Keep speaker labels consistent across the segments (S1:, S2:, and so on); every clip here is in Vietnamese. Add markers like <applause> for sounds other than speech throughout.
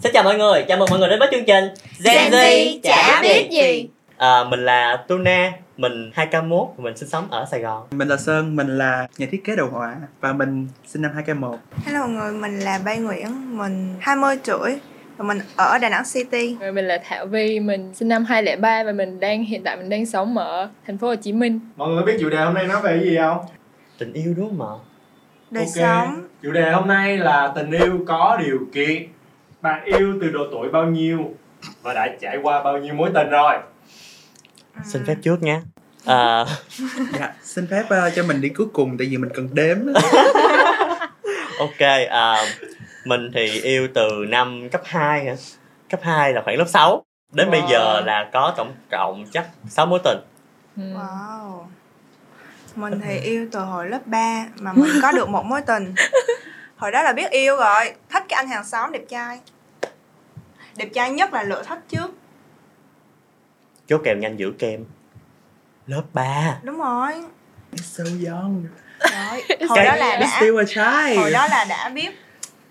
S1: Xin chào mọi người, chào mừng mọi người đến với chương trình
S2: Gen Z chả biết gì
S1: à, Mình là Tuna, mình 2K1, mình sinh sống ở Sài Gòn
S3: Mình là Sơn, mình là nhà thiết kế đồ họa và mình sinh năm 2K1.
S4: <laughs>
S2: Hello mọi người, mình là Bay Nguyễn, mình 20 tuổi và mình ở Đà Nẵng City
S4: Rồi mình là Thảo Vi, mình sinh năm 2003 và mình đang hiện tại mình đang sống ở thành phố Hồ Chí Minh.
S5: mọi người có biết chủ đề hôm nay nói về cái gì không
S1: Tình yêu đúng không ạ?
S2: Đời
S5: Ok.
S2: sống
S5: chủ đề hôm nay là tình yêu có điều kiện bạn yêu từ độ tuổi bao nhiêu và đã trải qua bao nhiêu mối tình rồi
S2: Ừ.
S1: Xin phép trước nha à,
S3: Dạ, xin phép ờ, cho mình đi cuối cùng tại vì mình cần đếm.
S4: <laughs>
S1: Ok, à, mình thì yêu từ năm cấp 2 hả? Cấp 2 là khoảng lớp 6 Đến bây
S5: Wow.
S1: giờ là có tổng cộng chắc 6 mối tình
S4: Ừ.
S2: Wow Mình thì yêu từ hồi lớp 3 mà mình có được một mối tình Hồi đó là biết yêu rồi, thích cái anh hàng xóm đẹp trai Đẹp trai nhất là lựa thích trước
S1: Chốt kèo nhanh giữ kem Lớp 3
S2: Đúng rồi
S3: so young.
S4: <laughs>
S2: Rồi, hồi
S1: Cái-
S2: đó là
S3: It's
S2: đã
S3: still a child.
S2: hồi đó là đã biết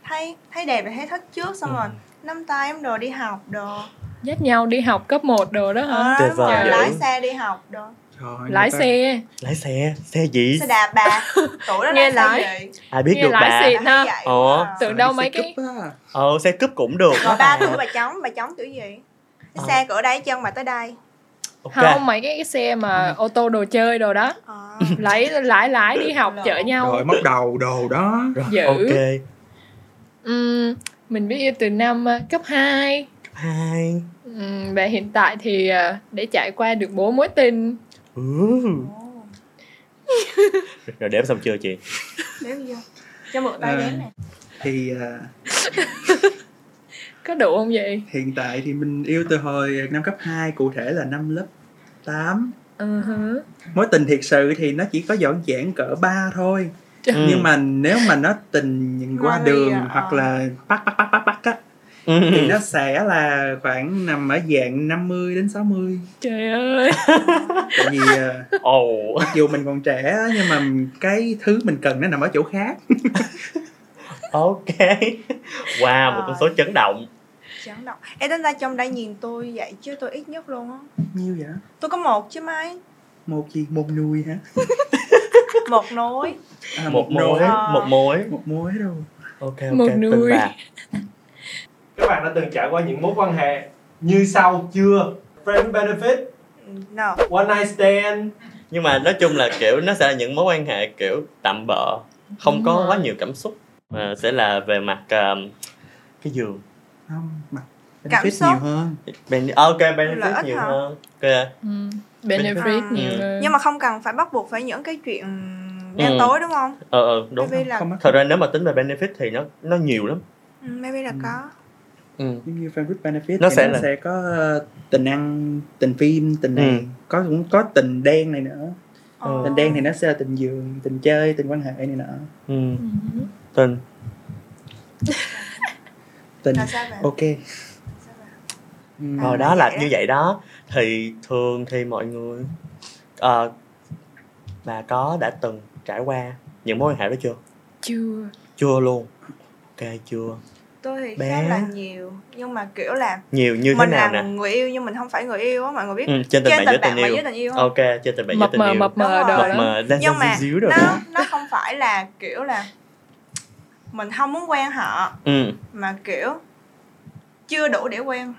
S2: thấy thấy đẹp là thấy thích trước
S1: Ừ.
S2: xong rồi nắm tay em đồ đi học đồ
S4: Dắt nhau đi học cấp 1 đồ đó hả?
S2: Ờ,
S1: Tuyệt vời
S2: rồi
S1: dữ.
S2: lái xe đi học đồ
S3: Trời, người
S4: Lái
S3: ta-
S4: xe,
S1: Lái xe, xe gì?
S2: xe đạp bà tuổi đó
S4: Nghe
S2: lái xe
S4: lái.
S2: gì
S1: Ai biết
S4: Nghe
S1: được
S4: lái
S1: bà
S4: xịn.
S2: Bà hay vậy
S1: Ủa.
S2: mà.
S4: tưởng
S3: Trời,
S4: đâu
S3: đi
S4: mấy
S3: xe
S4: cái
S3: cúp á.
S1: Ờ, xe cúp cũng được
S2: rồi
S1: đó
S2: ba
S1: bà.
S2: tuổi bà chống bà chống tuổi gì
S1: Ờ.
S2: xe cỡ đây chân bà tới đây
S1: Ok. Ừ.
S4: không mấy cái xe mà ô tô đồ chơi đồ đó,
S1: <laughs>
S2: Ờ.
S4: lấy lái lái đi học
S2: Lộn.
S4: chở nhau.
S3: Rồi móc đầu đồ đó.
S1: Rồi,
S4: Dữ.
S1: ok
S4: Ừm, Ừ, mình biết yêu từ năm ờ, cấp 2
S1: Cấp hai
S4: Ừm, và hiện tại thì ờ, để trải qua được bốn mối tình.
S1: ừ.
S2: Ồ,
S1: Rồi đếm xong chưa chị?
S2: đếm vô cho mượn tay
S3: Ờ.
S2: đếm nè
S3: Thì ờ,
S4: Có đủ không vậy?
S3: hiện tại thì mình yêu từ hồi năm cấp 2, cụ thể là năm lớp 8.
S4: Ờ hả.
S3: Mối tình thiệt sự thì nó chỉ có dọn dãn cỡ 3 thôi.
S1: Ừ.
S3: Nhưng mà nếu mà nó tình qua
S2: Ngoài
S3: đường
S2: à,
S3: hoặc
S2: ờ.
S3: là bắt bắt bắt bắt bắt á <laughs> thì
S1: Ừ.
S3: nó sẽ là khoảng nằm ở dạng 50 đến 60
S4: Trời ơi.
S3: tại vì
S1: <laughs>
S3: ờ,
S1: Ồ
S3: mặc dù mình còn trẻ á, nhưng mà cái thứ mình cần nó nằm ở chỗ khác
S1: Ok Wow, một con số chấn động
S2: chấn động em đến ra trong đây nhìn tôi vậy chứ tôi ít nhất luôn á
S3: nhiêu vậy
S2: tôi có một chứ mấy
S3: một gì một nùi hả
S2: một nối
S3: à,
S1: Một mối,
S2: Ờ.
S1: một mối
S3: một mối đâu
S1: Ok,
S4: Một
S1: ok, tin
S4: nui.
S1: bà
S5: các bạn đã từng trải qua những mối quan hệ như sau chưa friend benefit
S2: no
S5: one night stand
S1: Nhưng mà nói chung là kiểu nó sẽ là những mối quan hệ kiểu tạm bợ Không
S4: Đúng
S1: có
S4: rồi.
S1: quá nhiều cảm xúc mà Sẽ là về mặt um, cái giường
S3: không mà
S2: Cảm
S3: benefit
S2: xúc.
S3: nhiều hơn
S1: Ben- ờ, Ok,
S2: Lợi
S1: benefit
S2: ích
S1: nhiều
S2: hả?
S1: hơn Ok
S4: Ừm,
S2: À.
S4: Benefit nhiều
S1: Ừ.
S4: hơn.
S2: nhưng mà không cần phải bắt buộc phải những cái chuyện đen
S1: Ừ.
S2: tối đúng không
S1: Ờ, ờ, đúng
S2: maybe là
S3: không á
S1: Thật ra nếu mà tính về benefit thì nó nó nhiều lắm
S2: ừ, maybe là
S3: Ừ.
S2: có
S1: ừ.
S3: giống như fanfic benefit
S1: Nó
S3: thì
S1: sẽ
S3: nó
S1: là-
S3: sẽ có ờ, tình ăn tình phim tình này
S1: Ừ.
S3: có cũng có tình đen này nữa
S1: Ờ.
S3: tình đen thì nó sẽ là tình giường tình chơi tình quan hệ này
S2: À.
S3: nữa
S1: Ừ.
S4: Ừm.
S1: Tin
S3: tình
S2: là sao vậy
S3: ok Ừ.
S1: Rồi
S2: À,
S1: Ờ, đó là
S2: vậy
S1: như
S2: đó.
S1: vậy đó Thì thường thì mọi người ờ, Bà có đã từng trải qua những mối quan hệ đó chưa?
S4: Chưa.
S1: Chưa luôn Ok chưa
S2: tôi thì
S1: Bé.
S2: khá là nhiều nhưng mà kiểu là
S1: Nhiều như thế
S2: mình
S1: nào
S2: là
S1: nè
S2: người yêu nhưng mình không phải người yêu á mọi người biết
S1: ừ, Trên tình
S2: trên
S1: bạn với
S2: tình
S1: tình
S2: bạn mà
S1: yêu
S2: với tình yêu không
S1: Ok trên tình bạn với
S4: mập
S1: tình
S4: mờ
S1: yêu
S4: mập mờ
S2: Đúng
S4: đồ
S2: rồi.
S1: Mập
S4: đó
S1: mờ đang
S2: nhưng mà
S1: díu rồi
S2: nó
S1: đó
S2: nó không phải là kiểu là mình không muốn quen họ
S1: ừ.
S2: mà kiểu chưa đủ để quen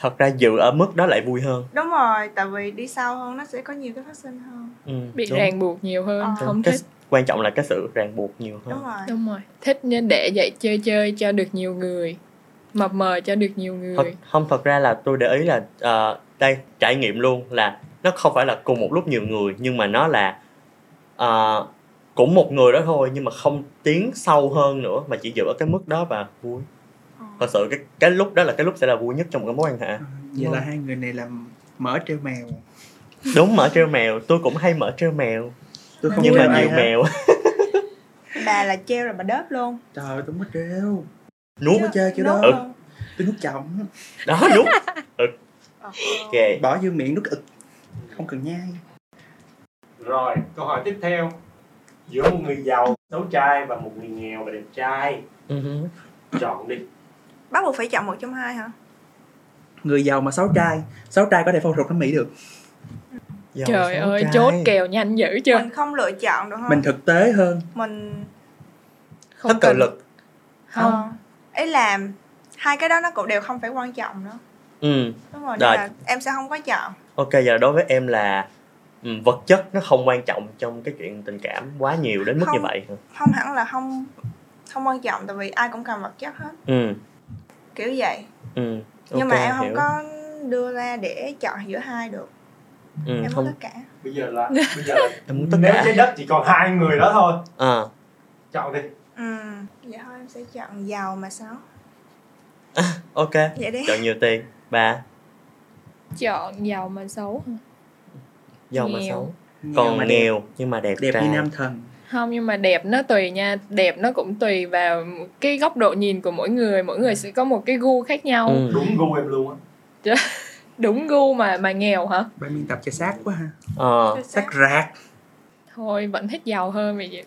S1: Thật ra dự ở mức đó lại vui hơn
S2: đúng rồi tại vì đi sâu hơn nó sẽ có nhiều cái phát sinh hơn
S1: ừ,
S4: bị
S1: đúng.
S4: ràng buộc nhiều hơn
S2: Ờ.
S1: Đúng.
S4: không
S1: Cái-
S4: thích
S1: Quan trọng là cái sự ràng buộc nhiều
S2: đúng
S1: hơn
S2: rồi
S4: đúng rồi thích nên để dạy chơi chơi cho được nhiều người mập mờ cho được nhiều người
S1: thật, không thật ra là tôi để ý là ờ, đây trải nghiệm luôn là nó không phải là cùng một lúc nhiều người nhưng mà nó là ờ, cũng một người đó thôi nhưng mà không tiến sâu hơn nữa mà chỉ dựa ở cái mức đó và vui
S2: Ờ.
S1: thật sự cái cái lúc đó là cái lúc sẽ là vui nhất trong một cái mối quan hệ
S3: À, vậy là hai người này làm mở treo mèo
S1: đúng mở treo mèo tôi cũng hay mở treo mèo
S3: tôi không
S1: nhưng
S3: treo
S1: mà
S3: ai
S1: nhiều
S3: hết.
S1: mèo
S2: bà là treo rồi bà đớp luôn
S3: trời ơi, tôi không có treo
S1: nuốt
S3: Chứ- có chơi kiểu
S2: Đớp
S3: đó.
S1: Ừ.
S2: luôn.
S3: tôi nuốt chậm
S1: đó nuốt
S2: Ờ.
S1: ok
S4: <laughs>
S3: bỏ vô miệng nuốt ực không cần nhai
S5: rồi câu hỏi tiếp
S1: Ừ
S5: theo giữa một người giàu xấu trai và một người nghèo và đẹp trai chọn đi
S2: bắt buộc phải chọn một trong hai hả
S3: người giàu mà sáu trai sáu trai có thể phẫu thuật thẩm mỹ được
S1: Giàu
S4: trời
S1: sáu
S4: ơi
S1: trai.
S4: chốt kèo nhanh dữ chưa
S2: mình không lựa chọn được không
S3: mình thực tế hơn
S2: mình
S1: Hết tự lực
S4: không
S2: ờ, ấy làm hai cái đó nó cũng đều không phải quan trọng nữa
S1: ừ.
S2: đúng rồi
S1: Rồi.
S2: nên là em sẽ không có chọn
S1: ok giờ đối với em là ừ, vật chất nó không quan trọng trong cái chuyện tình cảm quá nhiều đến mức như
S2: Không.
S1: vậy hả?
S2: không hẳn là không không quan trọng tại vì ai cũng cần vật chất hết
S1: ừ
S2: kiểu vậy
S1: ừ ok,
S2: nhưng mà em không
S1: hiểu.
S2: có đưa ra để chọn giữa hai được
S1: ừ,
S2: em muốn
S1: không
S2: tất cả
S5: bây giờ là bây giờ là
S1: <laughs> em muốn tất
S5: nếu
S1: cả
S5: trái đất chỉ còn hai người đó thôi
S1: à,
S5: chọn đi
S2: ừ vậy thôi em sẽ chọn giàu mà sao
S1: ok
S2: vậy đi
S1: chọn nhiều tiền ba
S4: chọn giàu mà xấu hả?
S1: giàu mà
S4: Nghèo.
S1: xấu
S3: Nhiều
S1: còn
S3: mà đẹp,
S1: nghèo nhưng mà đẹp,
S3: đẹp
S1: trai
S3: như nam thần
S4: không nhưng mà đẹp nó tùy nha đẹp nó cũng tùy vào cái góc độ nhìn của mỗi người mỗi người sẽ có một cái gu khác nhau
S1: ừ.
S5: đúng gu em luôn á
S4: đúng gu mà mà nghèo hả
S3: ban biên tập cho xác quá ha
S1: Ờ,
S2: Chính
S3: xác
S2: xác.
S3: rạc
S4: thôi vẫn thích giàu hơn vì vậy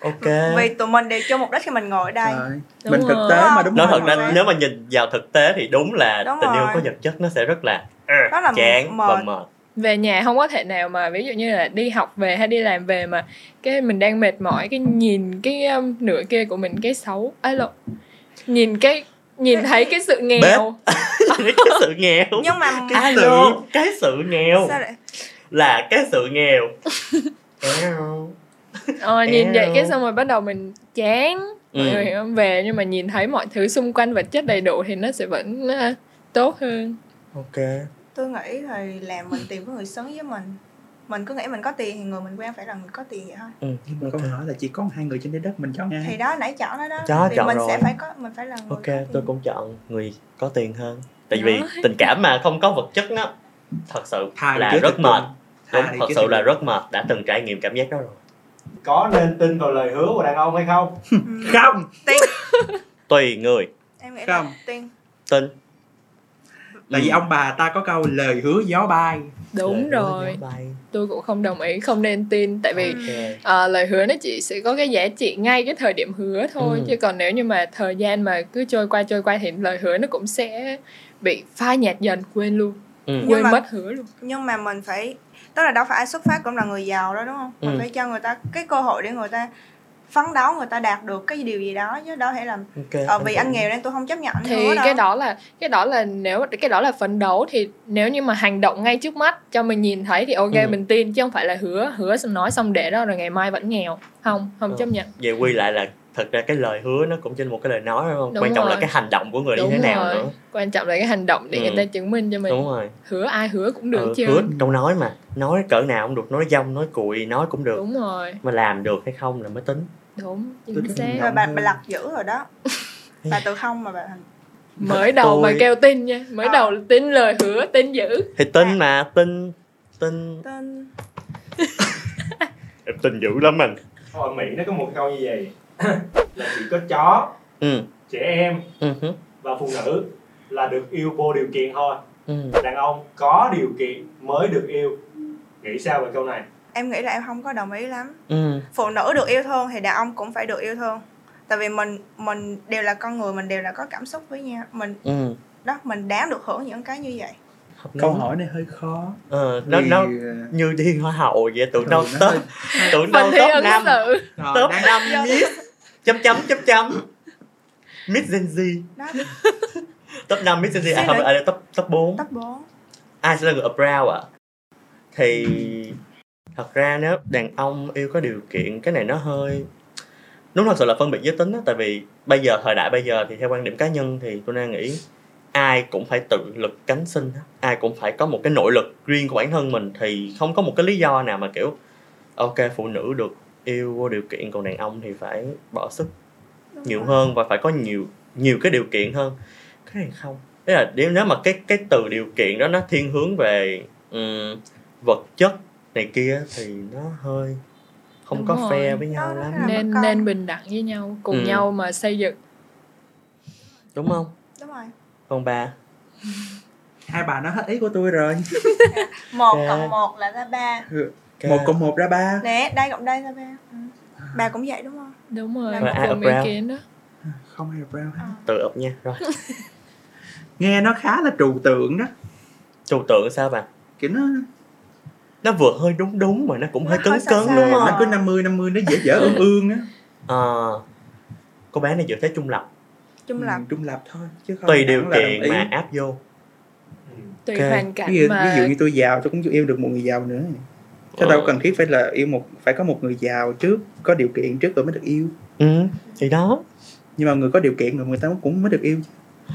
S1: ok
S2: vì tụi mình đều chung mục đích khi mình ngồi ở đây
S1: Ờ,
S3: Trời.
S4: Đúng
S3: mình thực
S4: rồi.
S3: tế mà đúng
S1: nói
S3: không
S1: thật ra
S2: rồi.
S1: nếu mà nhìn vào thực tế thì đúng là
S2: Đúng
S1: tình yêu
S2: rồi.
S1: có vật chất nó sẽ rất là, ờ,
S2: Rất là
S1: chán và
S2: mệt.
S1: mệt <laughs>
S4: về nhà không có thể nào mà ví dụ như là đi học về hay đi làm về mà cái mình đang mệt mỏi cái nhìn cái um, nửa kia của mình cái xấu á lộ nhìn cái nhìn thấy cái sự nghèo
S1: cái sự nghèo
S2: nhưng mà à,
S1: cái sự
S5: Alo.
S1: cái sự nghèo
S2: sao lại
S1: là cái sự
S2: <laughs>
S1: nghèo Eo.
S4: ờ, nhìn vậy cái
S1: Eo.
S4: xong rồi bắt đầu mình chán mọi
S1: ừ.
S4: người hiểu không? về nhưng mà nhìn thấy mọi thứ xung quanh vật chất đầy đủ thì nó sẽ vẫn uh, tốt hơn
S1: ok
S2: tôi nghĩ thì là mình tìm cái người xứng với mình mình cứ nghĩ mình có tiền thì người mình quen phải là người có tiền vậy thôi
S1: ừ.
S3: nhưng mà câu hỏi là chỉ có hai người trên trái đất mình chọn
S2: thì
S3: ai
S2: đó nãy chọn đó đó
S1: Chó
S2: thì
S1: chọn
S2: mình
S1: rồi.
S2: sẽ phải có mình phải là người
S1: ok
S2: có tiền.
S1: tôi cũng chọn người có tiền hơn tại
S4: Đó.
S1: vì tình cảm mà không có vật chất á thật sự
S3: Thà
S1: là
S3: chết
S1: rất
S3: thì
S1: mệt
S3: cùng. Thà
S1: đúng
S3: thì
S1: thật
S3: chết
S1: sự
S3: thì
S1: là
S3: cùng.
S1: rất mệt đã từng trải nghiệm cảm giác đó rồi
S5: có nên tin vào lời hứa của đàn ông hay không
S2: Ừ.
S3: không
S1: tùy người
S2: em nghĩ
S3: Không.
S2: là tiền
S1: tin
S3: tại vì ông bà ta có câu lời hứa gió bay
S4: đúng rồi tôi cũng không đồng ý không nên tin tại vì
S2: Ừ.
S4: ờ, lời hứa nó chỉ sẽ có cái giá trị ngay cái thời điểm hứa thôi
S1: Ừ.
S4: chứ còn nếu như mà thời gian mà cứ trôi qua trôi qua thì lời hứa nó cũng sẽ bị phai nhạt dần quên luôn
S1: ừ.
S4: quên
S2: mà-
S4: mất hứa luôn
S2: nhưng mà mình phải tức là đâu phải ai xuất phát cũng là người giàu đó đúng không mình
S1: Ừ.
S2: phải cho người ta cái cơ hội để người ta phấn đấu người ta đạt được cái điều gì đó chứ đâu thể là
S1: ok
S2: ờ, vì
S1: Dạ, em
S2: anh nghèo nên tôi không chấp nhận anh
S4: thì
S2: hứa đâu
S4: cái đó là cái đó là nếu cái đó là phấn đấu thì nếu như mà hành động ngay trước mắt cho mình nhìn thấy thì ok
S1: Ừ.
S4: mình tin chứ không phải là hứa hứa xong nói xong để đó rồi ngày mai vẫn nghèo không không
S1: Ừ.
S4: chấp nhận
S1: về quy lại là thật ra cái lời hứa nó cũng trên một cái lời nói đúng không
S4: Đúng
S1: quan trọng là
S4: rồi.
S1: cái hành động của người
S4: Đúng
S1: như thế nào
S4: rồi.
S1: nữa
S4: quan trọng là cái hành động để
S1: Ừ.
S4: người ta chứng minh cho mình
S1: đúng rồi
S4: hứa ai hứa cũng được
S1: Ừ,
S4: chứ
S1: hứa câu nói mà nói cỡ nào cũng được nói dông nói cùi nói cũng được
S4: đúng rồi
S1: mà làm được hay không là mới tính
S4: đúng
S3: Tôi
S4: chính
S3: thích
S4: xác
S3: hành
S2: rồi
S3: động
S2: bà,
S3: hơn.
S2: bà lặt dữ rồi đó bà từ không mà bà
S4: mới đầu
S1: Tôi-
S4: mà kêu tin nha mới
S2: Ờ.
S4: đầu tin lời hứa tin giữ
S1: thì
S4: Dạ.
S1: tin mà tin tin
S2: tên
S1: em tin dữ lắm anh
S5: ở mỹ nó có một câu như vậy là chỉ có chó
S1: ừ
S5: trẻ em
S1: ừ hứ,
S5: và phụ nữ là được yêu vô điều kiện thôi
S1: ừ
S5: đàn ông có điều kiện mới được yêu nghĩ sao về câu này
S2: em nghĩ là em không có đồng ý lắm
S1: ừ
S2: phụ nữ được yêu thương thì đàn ông cũng phải được yêu thương tại vì mình mình đều là con người mình đều là có cảm xúc với nhau mình
S1: ừ
S2: đó mình đáng được hưởng những cái như vậy
S1: Học
S3: câu
S1: nói-
S3: hỏi này hơi khó
S1: ờ, nó
S3: vì,
S1: nó
S3: ờ,
S1: như thiên hoa hậu vậy tụi
S3: ừ,
S1: nó
S3: nó
S1: top
S3: hơi- Ờ,
S1: tụi nó
S4: mình thi
S1: top
S4: ứng
S1: năm
S4: xử
S3: Rồi,
S1: top
S3: đang-
S1: năm yes chấm chấm chấm chấm Miss Gen Z
S2: đó
S1: <laughs> top 5 Miss Gen Z à
S2: Xin
S1: không
S2: lỗi.
S1: à, top top 4
S2: top 4
S1: ai sẽ là người upbrow ạ thì thật ra nếu đàn ông yêu có điều kiện cái này nó hơi đúng thật sự là phân biệt giới tính á tại vì bây giờ thời đại bây giờ thì theo quan điểm cá nhân thì tôi đang nghĩ ai cũng phải tự lực cánh sinh á. ai cũng phải có một cái nội lực riêng của bản thân mình thì không có một cái lý do nào mà kiểu ok phụ nữ được yêu vô điều kiện còn đàn ông thì phải bỏ sức nhiều hơn và phải có nhiều nhiều cái điều kiện hơn cái này không Thế là nếu nếu mà cái cái từ điều kiện đó nó thiên hướng về ừm, vật chất này kia thì nó hơi không
S4: Đúng
S1: có
S4: rồi.
S1: fair với nhau
S2: Đó, đó
S1: lắm
S2: là-
S4: nên
S2: con.
S4: nên bình đẳng với nhau cùng
S1: Ừ.
S4: nhau mà xây dựng
S1: đúng không
S2: đúng rồi
S1: còn Vâng bà
S3: hai bà nói hết ý của tôi rồi
S2: một
S1: Dạ.
S2: cộng một là ra ba
S1: Kê.
S3: một cộng một ra ba
S2: nè đây cộng đây ra ba ừ. bà cũng vậy đúng không
S4: đúng rồi
S2: Là
S1: ai
S4: cùng ý
S1: upbrow?
S4: kiến đó
S3: À, không ai brown hết
S1: tự ục nha rồi
S3: nghe nó khá là trừu tượng đó
S1: trừu tượng sao bạn
S3: kiểu nó
S1: nó vừa hơi đúng đúng mà nó cũng
S2: Nó
S1: hơi cứng
S2: hơi xa
S1: cứng
S2: xa.
S1: đúng không
S3: nó cứ 50 50 nó dễ dở ương ương á
S1: Ờ, cô bé này dự thế trung lập
S2: chung
S3: Ừ,
S2: là
S3: trung lập thôi chứ không
S1: tùy
S3: hẳn
S1: điều
S3: Ờ, là đồng
S1: kiện
S3: ý.
S1: mà áp vô
S5: Ừ.
S4: tùy
S1: Ok.
S4: hoàn
S3: ví dụ,
S4: cảnh
S3: ví dụ
S4: mà
S3: như tôi giàu tôi cũng yêu được một người giàu nữa chứ
S1: Ờ.
S3: đâu cần thiết phải là yêu một phải có một người giàu trước có điều kiện trước rồi mới được yêu
S1: ừ thì đó
S3: nhưng mà người có điều kiện rồi người ta cũng mới được yêu chứ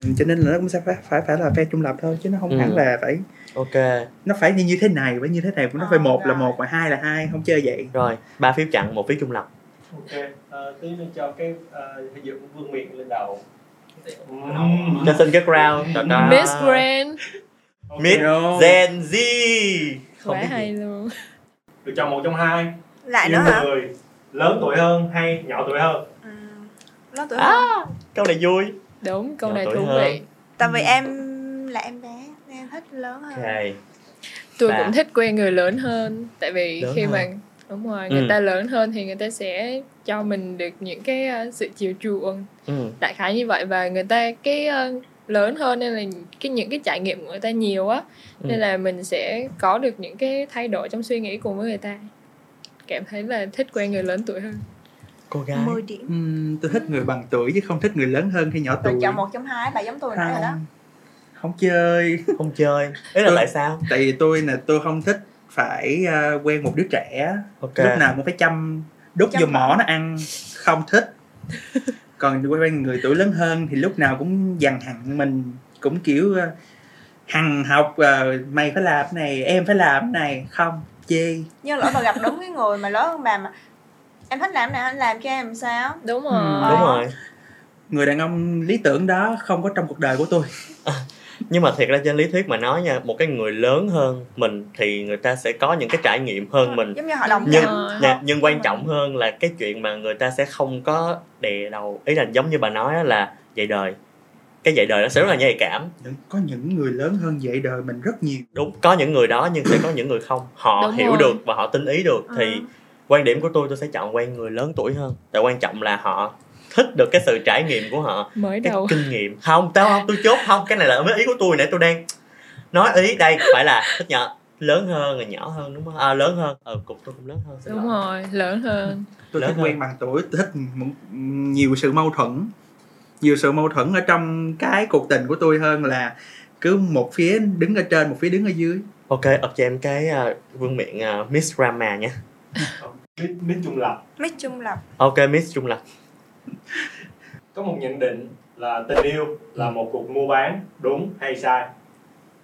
S3: Ừ, cho nên là nó cũng sẽ phải phải, phải là phe trung lập thôi chứ nó không
S1: Ừ.
S3: hẳn là phải
S1: ok
S3: nó phải như như thế này phải như thế này nó
S2: Ờ,
S3: phải một là
S2: rồi.
S3: một mà hai là hai không chơi vậy
S1: rồi ba phiếu chặn một phiếu trung lập
S5: ok Ờ, tí nữa cho cái uh, ví dụ vương miện lên đầu
S1: cho xin cái crown đó, đó.
S4: Miss Grand
S5: Ok,
S1: Miss
S3: Không.
S1: Gen Z không
S4: quá
S1: biết
S4: hay
S1: gì.
S4: luôn
S5: được chọn một trong hai
S1: Ừ.
S2: lại
S5: yêu
S2: nữa hả
S5: người lớn tuổi hơn hay nhỏ tuổi hơn
S2: ừ. lớn tuổi
S1: À.
S2: hơn
S1: câu này vui
S4: đúng câu
S1: Nhỏ
S4: này
S1: tuổi
S4: thú
S1: hơn.
S4: vị
S2: tại vì em là em bé nên em thích lớn hơn
S1: ok
S4: tôi
S1: Và-
S4: cũng thích quen người lớn hơn tại vì
S1: Lớn
S4: khi
S1: hơn.
S4: mà đúng rồi người
S1: Ừ.
S4: ta lớn hơn thì người ta sẽ cho mình được những cái ờ, sự chiều chuộng
S1: ừ.
S4: đại khái như vậy và người ta cái ờ, lớn hơn nên là cái những cái trải nghiệm của người ta nhiều á
S1: Ừ.
S4: nên là mình sẽ có được những cái thay đổi trong suy nghĩ cùng với người ta cảm thấy là thích quen người lớn tuổi hơn
S1: cô gái
S2: 10 điểm
S3: Ừm, tôi thích người bằng tuổi chứ không thích người lớn hơn hay nhỏ
S2: rồi
S3: tuổi
S2: chọn một trong hai bà giống tôi nãy rồi đó
S3: không, không chơi
S1: không chơi ý là
S3: Ừ.
S1: tại sao
S3: tại vì tôi là tôi không thích phải à, quen một đứa trẻ
S1: ok
S3: lúc nào cũng phải chăm đút
S2: Chăm
S3: vô
S2: mỏ.
S3: mỏ nó ăn không thích còn quen người tuổi lớn hơn thì lúc nào cũng dằn hẳn mình cũng kiểu à, hằng học à, mày phải làm cái này em phải làm cái này không chê
S2: nhưng lỡ mà gặp đúng cái người mà lớn hơn bà mà em thích làm này anh làm cho em làm sao
S4: đúng
S3: Ừ,
S4: rồi
S1: đúng rồi
S3: người đàn ông lý tưởng đó không có trong cuộc đời của tôi
S1: nhưng mà thiệt ra trên lý thuyết mà nói nha một cái người lớn hơn mình thì người ta sẽ có những cái trải nghiệm hơn mình
S2: giống như họ đồng
S1: nhưng
S2: cảm
S4: Ờ.
S1: nè, nhưng quan trọng hơn là cái chuyện mà người ta sẽ không có đè đầu ý là giống như bà nói á là dạy đời cái dạy đời nó sẽ rất là nhạy cảm
S3: Những- có những người lớn hơn vậy đời mình rất nhiều
S1: đúng có những người đó nhưng sẽ có những người không họ
S4: Đúng
S1: hiểu
S4: rồi.
S1: được và họ tin ý được
S2: Ờ.
S1: thì quan điểm của tôi tôi sẽ chọn quen người lớn tuổi hơn tại quan trọng là họ thích được cái sự trải nghiệm của họ
S4: mới
S1: cái
S4: đầu
S1: kinh nghiệm không tao không tôi chốt không cái này là ý của tôi nãy tôi đang nói ý đây phải là thích nhỏ lớn hơn rồi nhỏ hơn đúng không à, lớn hơn ờ cục tôi cũng lớn hơn xin
S4: đúng
S1: lỗi.
S4: rồi lớn hơn
S3: tôi
S1: Lớn
S3: thích
S1: hơn.
S3: quen bằng tuổi tôi thích m- nhiều sự mâu thuẫn nhiều sự mâu thuẫn ở trong cái cuộc tình của tôi hơn là cứ một phía đứng ở trên một phía đứng ở dưới
S1: Ok, up cho em cái à, vương miện à, Miss Rama nha.
S5: Miss- Miss trung lập
S2: mít chung lập
S1: Ok, Miss Trung Lập.
S5: có một nhận định là tình yêu là một cuộc mua bán đúng hay sai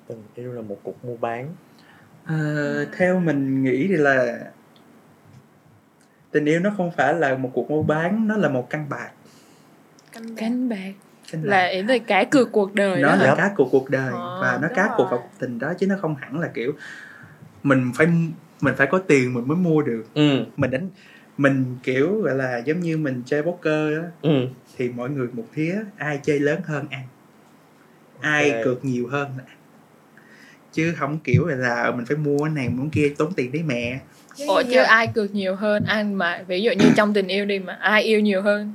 S1: Tình yêu Ừ, là một cuộc mua bán.
S3: Ờ, theo mình nghĩ thì là tình yêu nó không phải là một cuộc mua bán nó là một căn bạc
S2: canh bạc.
S4: cánh bạc
S3: Căn bạc.
S4: là ý là cá cược cuộc đời
S3: nó
S4: đó
S3: là
S1: hả?
S3: cá cược cuộc đời
S4: Ờ,
S3: và nó
S2: đúng
S3: cá cược
S2: rồi.
S3: vào cuộc tình đó chứ nó không hẳn là kiểu mình phải mình phải có tiền mình mới mua được
S1: Ừ,
S3: mình đánh mình kiểu gọi là giống như mình chơi poker á
S1: ừ.
S3: thì mỗi người một thía ai chơi lớn hơn ăn ai
S1: Ok.
S3: cược nhiều hơn là ăn. chứ không kiểu là mình phải mua cái này muốn kia tốn tiền đấy mẹ
S4: Ủa
S2: Giống như
S4: chứ ai cược nhiều hơn anh mà ví dụ như trong tình yêu đi mà ai yêu nhiều hơn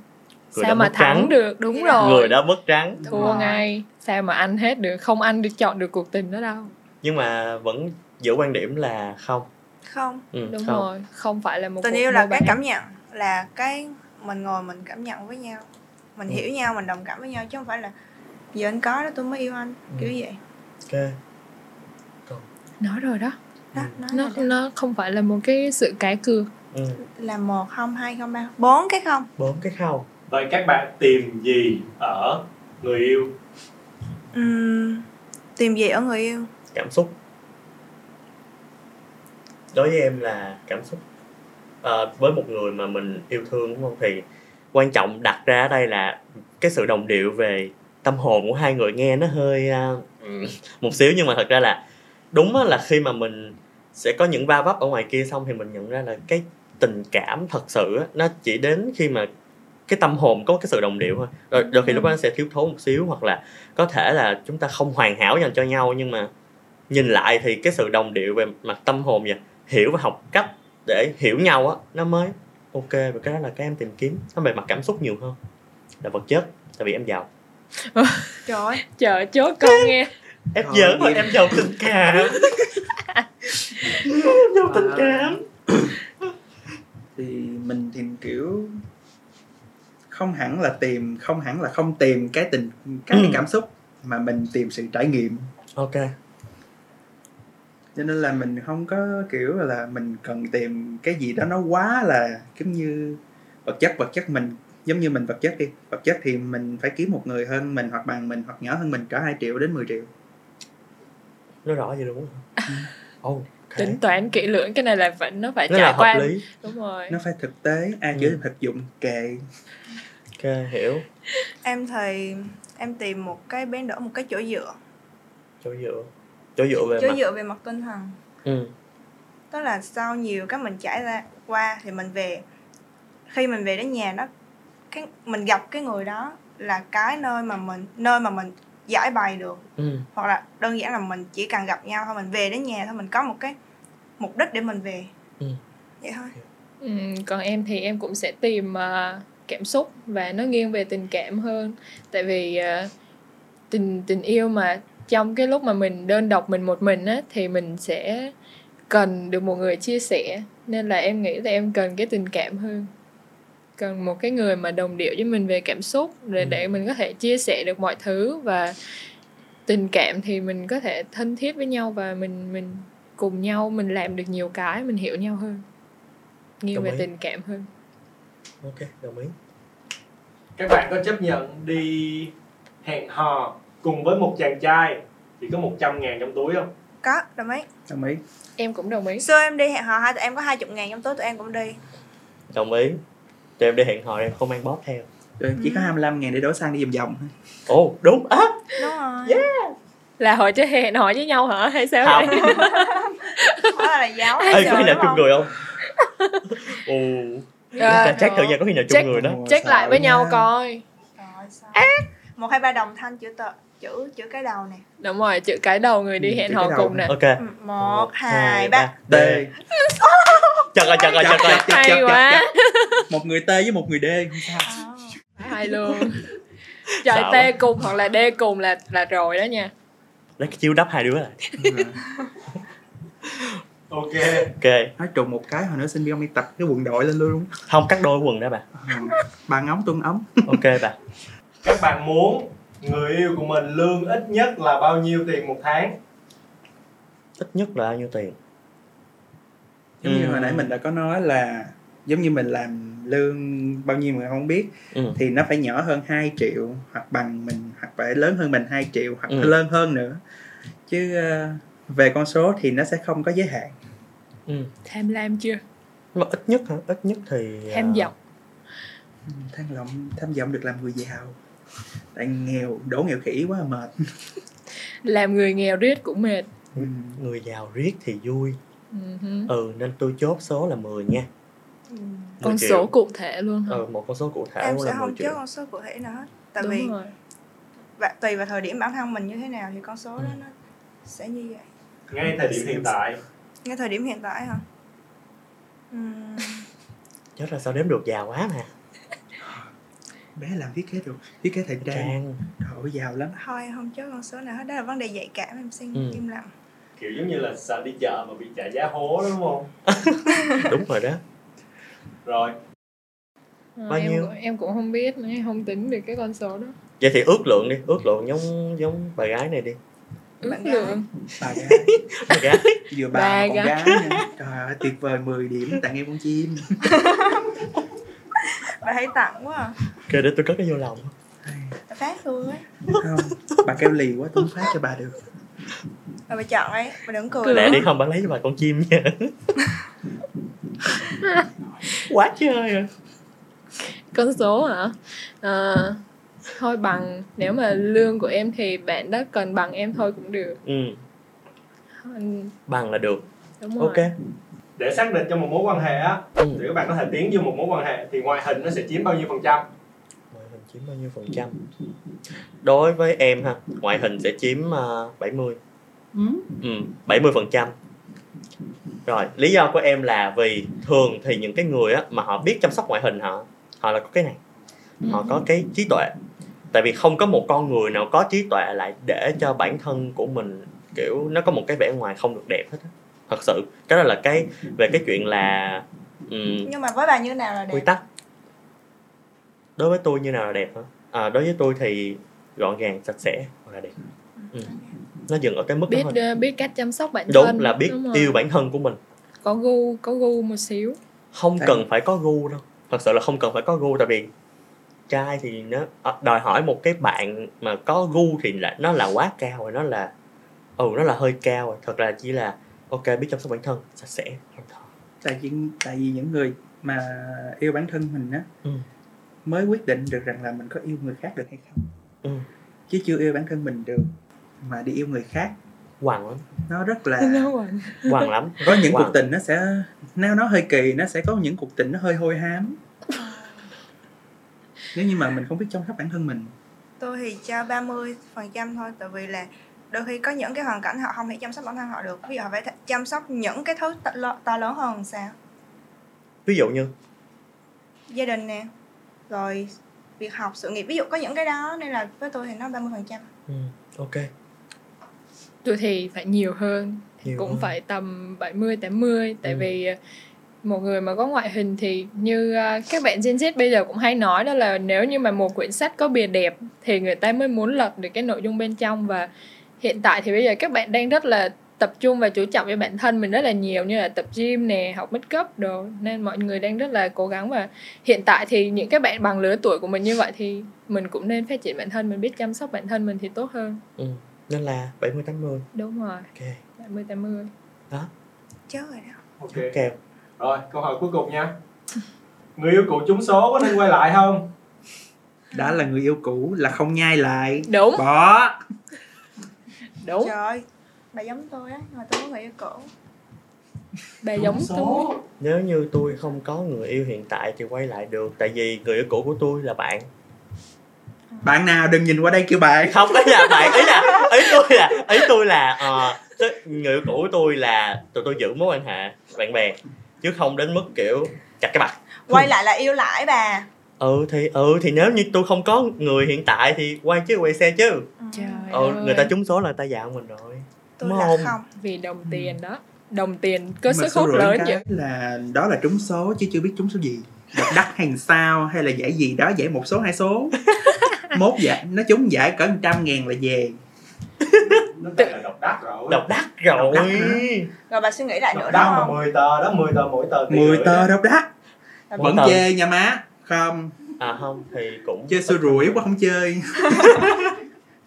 S1: Người
S4: sao
S1: đã
S4: mà
S1: mất
S4: thắng
S1: trắng.
S4: được đúng
S2: Người
S4: rồi
S1: Người đã mất trắng.
S2: Đúng
S4: thua
S2: rồi.
S4: ngay sao mà anh hết được không anh được chọn được cuộc tình đó đâu
S1: Nhưng mà vẫn giữ quan điểm là không.
S2: không
S1: Ừ,
S4: đúng
S1: không.
S4: rồi không phải là một
S2: tình
S4: cuộc
S2: yêu là
S4: mua
S2: cái
S4: bán.
S2: cảm nhận là cái mình ngồi mình cảm nhận với nhau mình
S1: Ừ.
S2: hiểu nhau mình đồng cảm với nhau chứ không phải là giờ anh có đó tôi mới yêu anh
S1: Ừ.
S2: kiểu vậy
S1: Ok.
S4: nói rồi đó
S2: đó
S1: Ừ.
S2: nó
S4: nó
S2: là,
S4: nó không phải là một cái sự cá cược
S1: Ừ,
S2: là một không hai không ba bốn cái không
S1: bốn cái không.
S5: vậy các bạn tìm gì ở người yêu
S2: Ừm, tìm gì ở người yêu
S1: Cảm xúc. Đối với em là cảm xúc. Ờ, với một người mà mình yêu thương đúng không? Thì quan trọng đặt ra ở đây là cái sự đồng điệu về tâm hồn của hai người nghe nó hơi à, ừ, một xíu nhưng mà thật ra là đúng á, là khi mà mình sẽ có những va vấp ở ngoài kia xong thì mình nhận ra là cái tình cảm thật sự á, nó chỉ đến khi mà cái tâm hồn có cái sự đồng điệu thôi rồi đôi khi lúc đó nó sẽ thiếu thốn một xíu hoặc là có thể là chúng ta không hoàn hảo dành cho nhau nhưng mà nhìn lại thì cái sự đồng điệu về mặt tâm hồn và hiểu và học cách để hiểu nhau á nó mới ok và cái đó là cái em tìm kiếm nó về mặt cảm xúc nhiều hơn là vật chất tại vì em giàu
S2: trời ơi
S4: chờ chốt con nghe
S1: em
S3: Thôi,
S1: giỡn thôi
S3: em-
S1: em giàu tình cảm <laughs> em giàu tình cảm
S3: thì mình thì kiểu không hẳn là tìm không hẳn là không tìm cái tình cái
S1: Ừ.
S3: cảm xúc mà mình tìm sự trải nghiệm
S1: ok
S3: cho nên là mình không có kiểu là mình cần tìm cái gì đó nó quá là giống như vật chất vật chất mình giống như mình vật chất đi vật chất thì mình phải kiếm một người hơn mình hoặc bằng mình hoặc nhỏ hơn mình cả 2 triệu đến 10 triệu
S1: nó rõ vậy đúng không oh,
S4: tính toán kỹ lưỡng cái này là phải nó phải
S1: rất
S4: trải
S1: là hợp
S4: qua
S1: lý
S4: đúng rồi
S3: nó phải thực tế ai
S1: Ừ.
S3: chỉ thực dụng kệ
S1: ok hiểu
S2: em thì em tìm một cái bến đỡ một cái chỗ dựa
S1: chỗ dựa chỗ dựa về
S2: chỗ
S1: mặt
S2: dựa về mặt tinh thần
S1: ừ.
S2: tức là sau nhiều cái mình trải ra qua thì mình về khi mình về đến nhà đó cái mình gặp cái người đó là cái nơi mà mình nơi mà mình giải bày được
S1: Ừ.
S2: hoặc là đơn giản là mình chỉ cần gặp nhau thôi mình về đến nhà thôi mình có một cái mục đích để mình về
S1: Ừ.
S2: vậy thôi
S4: Ừ, còn em thì em cũng sẽ tìm à, cảm xúc và nó nghiêng về tình cảm hơn tại vì à, tình tình yêu mà trong cái lúc mà mình đơn độc mình một mình á thì mình sẽ cần được một người chia sẻ nên là em nghĩ là em cần cái tình cảm hơn cần một cái người mà đồng điệu với mình về cảm xúc để
S1: Ừ.
S4: để mình có thể chia sẻ được mọi thứ và tình cảm thì mình có thể thân thiết với nhau và mình mình cùng nhau mình làm được nhiều cái mình hiểu nhau hơn nghiêng
S1: Đồng
S4: về
S1: ý.
S4: tình cảm hơn
S1: ok đồng ý
S5: các bạn có chấp nhận đi hẹn hò cùng với một chàng trai chỉ có 100 ngàn trong túi không
S2: có đồng ý
S3: đồng ý
S4: em cũng đồng ý
S2: xưa em đi hẹn hò hai tụi em có hai chục ngàn trong túi tụi em cũng đi
S1: đồng ý tụi em đi hẹn hò em không mang bóp theo
S3: Tụi em
S4: Ừ.
S3: chỉ có 25 ngàn để đổ xăng đi vòng vòng thôi.
S1: ồ oh, đúng á
S2: đúng rồi
S4: là họ chơi hẹn hò với nhau hả hay sao
S1: Không.
S4: vậy?
S2: đó là giáo
S1: Ê, có
S2: trời
S1: khi nào
S2: đúng
S1: chung
S2: không?
S1: người không ồ ta check thử nha có khi nào chung
S4: Check.
S1: người đó
S4: check lại với nhau coi
S2: Trời sao? một hai ba đồng thanh chữ tờ chữ chữ cái đầu nè
S4: đúng rồi chữ cái đầu người đi
S3: Ừ,
S4: hẹn
S3: chữ
S4: hò
S3: cái đầu
S4: cùng nè
S3: nè.
S1: ok
S2: Ừ, một hai ba
S3: D
S1: chật rồi chật rồi chật rồi
S4: Hay quá.
S3: một người T với một người D không sao
S2: Ờ.
S1: <laughs>
S4: hay luôn trời
S1: Sợ
S4: tê cùng hoặc là đê cùng là là rồi đó nha
S1: lấy cái chiêu đắp hai đứa lại
S5: ok
S1: ok
S3: nói trùng một cái hồi nữa sinh viên đi tập cái quần đội lên luôn
S1: không cắt đôi quần đó bà
S3: Ờ, bà ngóng tuân ống
S1: ok bà
S5: các bạn muốn người yêu của mình lương ít nhất là bao nhiêu tiền một tháng
S1: ít nhất là bao nhiêu tiền
S3: giống như
S1: Ừ.
S3: hồi nãy mình đã có nói là giống như mình làm lương bao nhiêu mà không biết
S1: ừ.
S3: thì nó phải nhỏ hơn 2 triệu hoặc bằng mình hoặc phải lớn hơn mình 2 triệu hoặc
S1: Ừ.
S3: lớn hơn nữa chứ ờ, về con số thì nó sẽ không có giới hạn
S4: tham lam chưa
S1: mà ít nhất hả ít nhất thì à,
S4: tham vọng
S3: Ừ, tham vọng tham vọng được làm người giàu tại nghèo đổ nghèo khỉ quá mệt
S4: làm người nghèo riết cũng mệt
S3: Ừ.
S1: người giàu riết thì vui
S4: Ừ hứ.
S1: ừ nên tôi chốt số là 10 nha 10
S4: con
S1: triệu.
S4: số cụ thể luôn hả
S1: ừ, một con số cụ thể
S2: Ừ. em
S1: cũng
S2: sẽ
S1: là 10
S2: không chốt
S1: triệu
S2: con số cụ thể nào hết tại
S4: đúng
S2: vì
S4: rồi
S2: và, tùy vào thời điểm bản thân mình như thế nào thì con số đó
S1: Ừ.
S2: nó sẽ như vậy
S5: ngay thời điểm hiện tại
S2: ngay thời điểm hiện tại hả Ừ. Ừm,
S1: chết là sao đếm được giàu quá mà
S3: bé làm thiết kế được thiết kế thời trang <laughs>
S1: trang
S3: trời ơi, giàu lắm
S2: thôi không chốt con số nào hết đó là vấn đề nhạy cảm em xin
S1: Ừ.
S2: im lặng
S5: kiểu giống như là sợ đi chợ mà bị trả giá hố đúng không
S1: đúng rồi đó
S5: rồi
S4: Ờ,
S1: Bao
S4: em
S1: nhiêu?
S4: cũng- em cũng không biết nữa em không tính được cái con số đó
S1: vậy thì ước lượng đi ước lượng giống giống bà gái này đi
S4: ước
S2: Bạn gái.
S4: lượng
S3: bà <laughs> gái
S1: bà gái
S3: vừa bà,
S4: Bà
S3: con
S4: gái.
S3: gái nha. trời ơi tuyệt vời 10 điểm tặng em con chim
S2: bà thấy tặng quá à.
S1: ok để tôi cất cái vô lòng
S2: bà phát luôn ấy
S3: không bà kêu lì quá tôi không phát cho bà được
S2: rồi bà chọn ấy bà đừng cười
S4: Cười.
S1: lẹ đi không bà lấy cho bà con chim
S4: <laughs>
S1: nha quá chơi rồi
S4: con số hả Ờ, thôi bằng nếu mà lương của em thì bạn đó cần bằng em thôi cũng được
S1: ừ
S4: Ừ,
S1: bằng là được
S4: đúng rồi
S1: ok
S5: để xác định cho một mối quan hệ á
S1: ừ.
S5: thì các bạn có thể tiến vô một mối quan hệ thì ngoại hình nó sẽ chiếm bao nhiêu phần trăm
S1: ngoại hình chiếm bao nhiêu phần trăm đối với em ha ngoại hình sẽ chiếm uh, 70 ừ, 70 phần trăm rồi lý do của em là vì thường thì những cái người á, mà họ biết chăm sóc ngoại hình họ họ là có cái này
S4: Ừ.
S1: họ có cái trí tuệ tại vì không có một con người nào có trí tuệ lại để cho bản thân của mình kiểu nó có một cái vẻ ngoài không được đẹp hết á. thật sự cái đó là cái về cái chuyện là ừm,
S2: nhưng mà với bà như nào là
S1: quy
S2: đẹp
S1: tắc đối với tôi như nào là đẹp hả à, đối với tôi thì gọn gàng sạch sẽ là đẹp ừ. nó dừng ở cái mức
S4: biết
S1: đó thôi
S4: ờ, biết cách chăm sóc bản thân
S1: đúng là biết
S4: Đúng rồi.
S1: yêu bản thân của mình
S4: có gu có gu một xíu
S1: không
S3: Tại-
S1: cần phải có gu đâu thật sự là không cần phải có gu tại vì trai thì nó ờ, đòi hỏi một cái bạn mà có gu thì là nó là quá cao rồi nó là ừ nó là hơi cao rồi thật ra chỉ là ok biết chăm sóc bản thân sạch sẽ không thọ
S3: tại vì tại vì những người mà yêu bản thân mình á
S1: Ừ.
S3: mới quyết định được rằng là mình có yêu người khác được hay không
S1: Ừ.
S3: chứ chưa yêu bản thân mình được mà đi yêu người khác
S1: hoàng lắm
S3: nó rất là
S4: Đúng rồi.
S1: hoàng lắm
S3: có những
S1: Wow.
S3: cuộc tình nó sẽ nếu nó hơi kỳ nó sẽ có những cuộc tình nó hơi hôi hám nếu như mà mình không biết chăm sóc bản thân mình
S2: tôi thì cho 30 phần trăm thôi tại vì là đôi khi có những cái hoàn cảnh họ không thể chăm sóc bản thân họ được ví dụ họ phải th- chăm sóc những cái thứ to, lo- to lớn hơn sao
S1: ví dụ như
S2: gia đình nè rồi việc học sự nghiệp ví dụ có những cái đó nên là với tôi thì nó 30 phần trăm
S1: ừ, ok
S4: tôi thì phải nhiều hơn
S1: Nhiều
S4: cũng
S1: hơn.
S4: phải tầm 70 80 tại
S1: Ừ.
S4: vì ờ, một người mà có ngoại hình thì như ờ, các bạn Gen Z bây giờ cũng hay nói đó là nếu như mà một quyển sách có bìa đẹp thì người ta mới muốn lật được cái nội dung bên trong và hiện tại thì bây giờ các bạn đang rất là tập trung và chú trọng cho bản thân mình rất là nhiều như là tập gym nè học make up đồ nên mọi người đang rất là cố gắng và hiện tại thì những các bạn bằng lứa tuổi của mình như vậy thì mình cũng nên phát triển bản thân mình biết chăm sóc bản thân mình thì tốt hơn
S1: nên là 70 80
S4: đúng rồi
S1: ok
S4: 70 80
S2: chớ rồi đó
S5: ok
S1: ok
S5: rồi câu hỏi cuối cùng nha người yêu cũ trúng số có nên quay lại không
S3: đã là người yêu cũ là không nhai lại
S4: đúng
S3: bỏ
S4: đúng
S2: trời ơi bà giống tôi á nhưng mà tôi có người yêu cũ
S4: bà giống tôi
S1: nếu như tôi không có người yêu hiện tại thì quay lại được tại vì người yêu cũ của tôi là bạn
S3: bạn nào đừng nhìn qua đây kêu bạn
S1: không ý là bạn ý là ý tôi là ý tôi là ờ, tức người yêu cũ của tôi là tụi tôi giữ mối quan hệ bạn bè chứ không đến mức kiểu chặt cái mặt
S2: quay lại là yêu lại bà
S1: ừ thì ừ thì nếu như tôi không có người hiện tại thì quay chứ quay xe chứ
S2: Ừ.
S1: ừ, người ta trúng số là người ta dạo mình rồi
S2: tôi
S1: Đúng
S2: là
S1: không?
S2: không
S4: vì đồng tiền đó đồng tiền có
S3: Nhưng mà
S4: sức
S3: số
S4: hút
S3: rưỡi
S4: lớn
S3: cái
S4: vậy
S3: là đó là trúng số chứ chưa biết trúng số gì độc đắc hàng sao hay là giải gì đó giải một số
S4: <laughs>
S3: hai số mốt giải nó trúng giải cỡ trăm ngàn là về
S5: nó tự là độc đắc rồi
S1: độc đắc rồi
S3: Độc đắc hả?
S2: rồi bà suy nghĩ lại nữa
S5: độc
S2: đó
S5: đắc mà
S2: không
S5: 10 tờ đó 10 tờ mỗi tờ tỷ
S3: 10
S5: rưỡi
S3: tơ
S5: đó.
S3: độc đắc
S2: Tại vì
S1: Mỗi
S3: vẫn
S1: tờ.
S3: chê nha má không
S1: à không thì cũng
S3: chơi xui rủi quá không chơi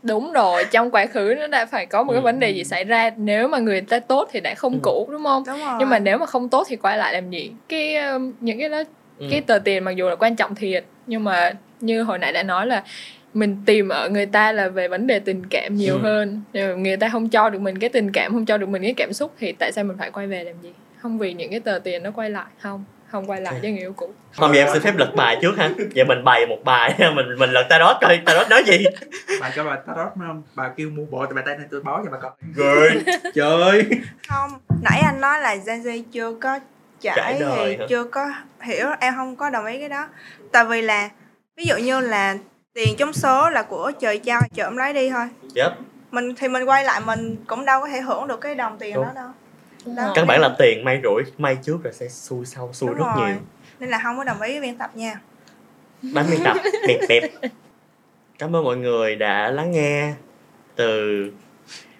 S4: đúng rồi trong quá khứ nó đã phải có một cái
S1: Ừ.
S4: vấn đề gì xảy ra nếu mà người ta tốt thì đã
S1: Ừ.
S4: không cũ đúng không
S2: đúng rồi
S4: nhưng mà nếu mà không tốt thì quay lại làm gì cái um, những cái đó
S1: Ừ.
S4: cái tờ tiền mặc dù là quan trọng thiệt nhưng mà như hồi nãy đã nói là mình tìm ở người ta là về vấn đề tình cảm nhiều
S1: Ừ.
S4: hơn Nếu người ta không cho được mình cái tình cảm không cho được mình cái cảm xúc thì tại sao mình phải quay về làm gì không vì những cái tờ tiền nó quay lại không không quay lại
S1: Ok.
S4: với người yêu cũ
S1: không vậy em xin phép lật bài trước hả vậy mình bày một bài <laughs> mình mình lật tarot coi tarot nói gì
S3: bà cho bà tarot không bà kêu mua bộ thì bà tay này tôi bó cho bà coi
S1: gửi
S3: trời ơi
S2: không nãy anh nói là Gen Z chưa có
S1: Trải
S2: trải
S1: đời
S2: thì
S1: hả?
S2: chưa có hiểu em không có đồng ý cái đó tại vì là ví dụ như là tiền trúng số là của trời trao trời ông lấy đi thôi
S1: Yep.
S2: mình thì mình quay lại mình cũng đâu có thể hưởng được cái đồng tiền
S1: Đúng.
S2: đó đâu
S4: Đó.
S1: căn bản là tiền may rủi may trước rồi sẽ xui sau xui
S2: Đúng
S1: rất
S2: rồi.
S1: nhiều
S2: nên là không có đồng ý với biên tập nha
S1: bánh biên tập đẹp đẹp cảm ơn mọi người đã lắng nghe từ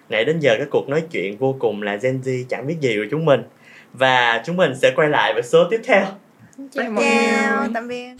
S1: nãy đến giờ cái cuộc nói chuyện vô cùng là Gen Z chẳng biết gì của chúng mình và chúng mình sẽ quay lại với số tiếp theo
S4: Chào mọi
S2: chào
S4: người.
S2: tạm biệt